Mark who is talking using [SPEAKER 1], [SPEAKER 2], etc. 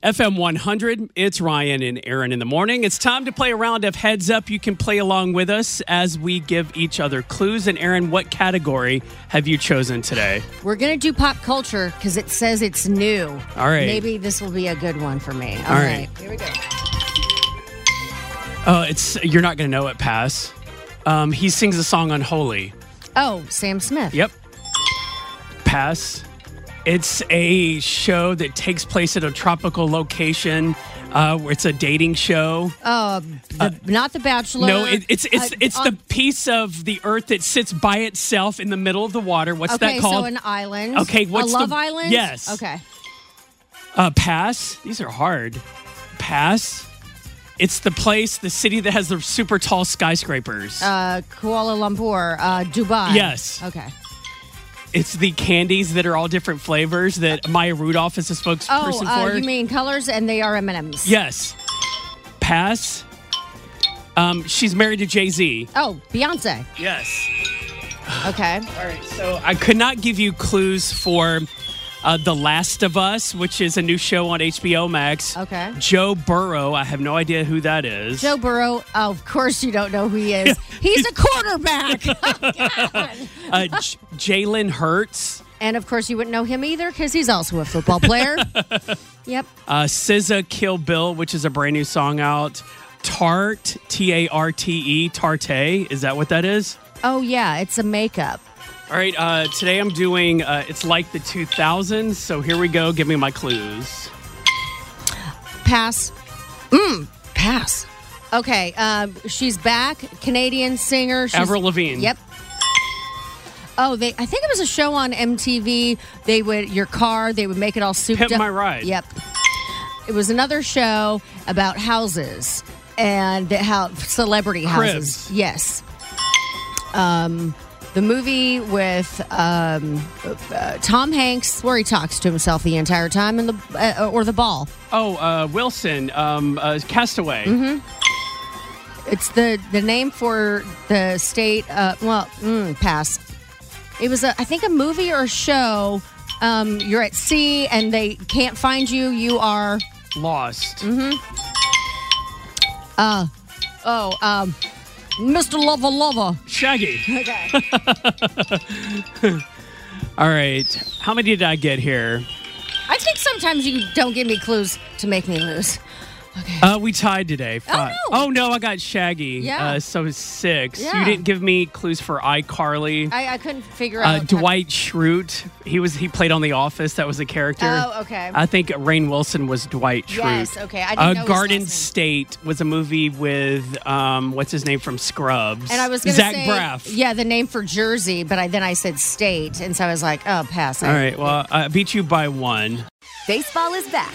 [SPEAKER 1] FM 100, it's Ryan and Aaron in the morning. It's time to play a round of Heads Up. You can play along with us as we give each other clues. And Aaron, what category have you chosen today?
[SPEAKER 2] We're going to do pop culture because it says it's new.
[SPEAKER 1] All right.
[SPEAKER 2] Maybe this will be a good one for me.
[SPEAKER 1] All right.
[SPEAKER 2] Here we go.
[SPEAKER 1] Uh, it's You're not going to know it, Pass. Um, he sings a song on Holy.
[SPEAKER 2] Oh, Sam Smith.
[SPEAKER 1] Yep. Pass. It's a show that takes place at a tropical location. Uh, where it's a dating show.
[SPEAKER 2] Oh, the, not The Bachelor.
[SPEAKER 1] no, it, it's it's
[SPEAKER 2] Uh,
[SPEAKER 1] it's
[SPEAKER 2] on-
[SPEAKER 1] the piece of the earth that sits by itself in the middle of the water. What's
[SPEAKER 2] Okay,
[SPEAKER 1] that called?
[SPEAKER 2] so an island.
[SPEAKER 1] Okay, what's
[SPEAKER 2] a Love
[SPEAKER 1] the-
[SPEAKER 2] Island?
[SPEAKER 1] Yes.
[SPEAKER 2] Okay.
[SPEAKER 1] Uh, pass. These are hard. Pass. It's the place, the city that has the super tall skyscrapers.
[SPEAKER 2] Uh, Kuala Lumpur, uh, Dubai.
[SPEAKER 1] Yes.
[SPEAKER 2] Okay.
[SPEAKER 1] it's the candies that are all different flavors that Maya Rudolph is a
[SPEAKER 2] Oh,
[SPEAKER 1] spokesperson
[SPEAKER 2] uh,
[SPEAKER 1] for.
[SPEAKER 2] you mean colors and they are M&Ms.
[SPEAKER 1] yes. Pass. Um, she's married to Jay Z.
[SPEAKER 2] Oh, Beyonce.
[SPEAKER 1] Yes.
[SPEAKER 2] Okay.
[SPEAKER 1] All right. So I could not give you clues for uh, The Last of Us, which is a new show on HBO Max.
[SPEAKER 2] Okay.
[SPEAKER 1] Joe Burrow. I have no idea who that is.
[SPEAKER 2] Joe Burrow. Oh, of course you don't know who he is. He's a quarterback.
[SPEAKER 1] Uh, J- Jalen Hurts.
[SPEAKER 2] and of course you wouldn't know him either because he's also a football player. yep.
[SPEAKER 1] uh, SZA Kill Bill, which is a brand new song out. Tarte, T A R T E, Tarte. Is that what that is?
[SPEAKER 2] Oh yeah, it's a makeup.
[SPEAKER 1] All right, uh, today I'm doing uh, It's Like the 2000s. So here we go. Give me my clues.
[SPEAKER 2] Pass. Mm, pass. Okay. Um, she's back. Canadian singer. She's,
[SPEAKER 1] Avril Lavigne.
[SPEAKER 2] Yep. Oh, they. I think it was a show on MTV. They would your car. They would make it all souped
[SPEAKER 1] Pimp
[SPEAKER 2] up.
[SPEAKER 1] My Ride.
[SPEAKER 2] Yep. It was another show about houses and how celebrity
[SPEAKER 1] Cribs.
[SPEAKER 2] houses. Yes. Um, the movie with um, uh, Tom Hanks, where he talks to himself the entire time, and the uh, or the ball.
[SPEAKER 1] Oh, uh, Wilson, um, uh, Castaway.
[SPEAKER 2] It's the the name for the state. Uh, well, mm, pass. It was, a, I think, a movie or a show. Um, you're at sea and they can't find you. You are.
[SPEAKER 1] Lost.
[SPEAKER 2] Oh, um, Mr. Lova Lova.
[SPEAKER 1] Shaggy. Okay. All right. How many did I get here?
[SPEAKER 2] I think sometimes you don't give me clues to make me lose.
[SPEAKER 1] Uh, we tied today. Five.
[SPEAKER 2] no.
[SPEAKER 1] Oh no, I got Shaggy.
[SPEAKER 2] Yeah.
[SPEAKER 1] Uh, so it's six. You
[SPEAKER 2] Yeah.
[SPEAKER 1] didn't give me clues for iCarly.
[SPEAKER 2] I, I couldn't figure
[SPEAKER 1] Uh,
[SPEAKER 2] out.
[SPEAKER 1] Dwight Schrute. He was he played on The Office. That was a character.
[SPEAKER 2] Oh, okay.
[SPEAKER 1] I think Rain Wilson was Dwight Schrute.
[SPEAKER 2] Yes, okay. I didn't
[SPEAKER 1] uh,
[SPEAKER 2] know his
[SPEAKER 1] Garden
[SPEAKER 2] last name.
[SPEAKER 1] State was a movie with um, what's his name from Scrubs.
[SPEAKER 2] and I was going to
[SPEAKER 1] Zach
[SPEAKER 2] say,
[SPEAKER 1] Braff.
[SPEAKER 2] yeah, the name for Jersey, but I, then I said state, and so I was like, oh, pass.
[SPEAKER 1] All right. Well, I beat you by one.
[SPEAKER 3] Baseball is back,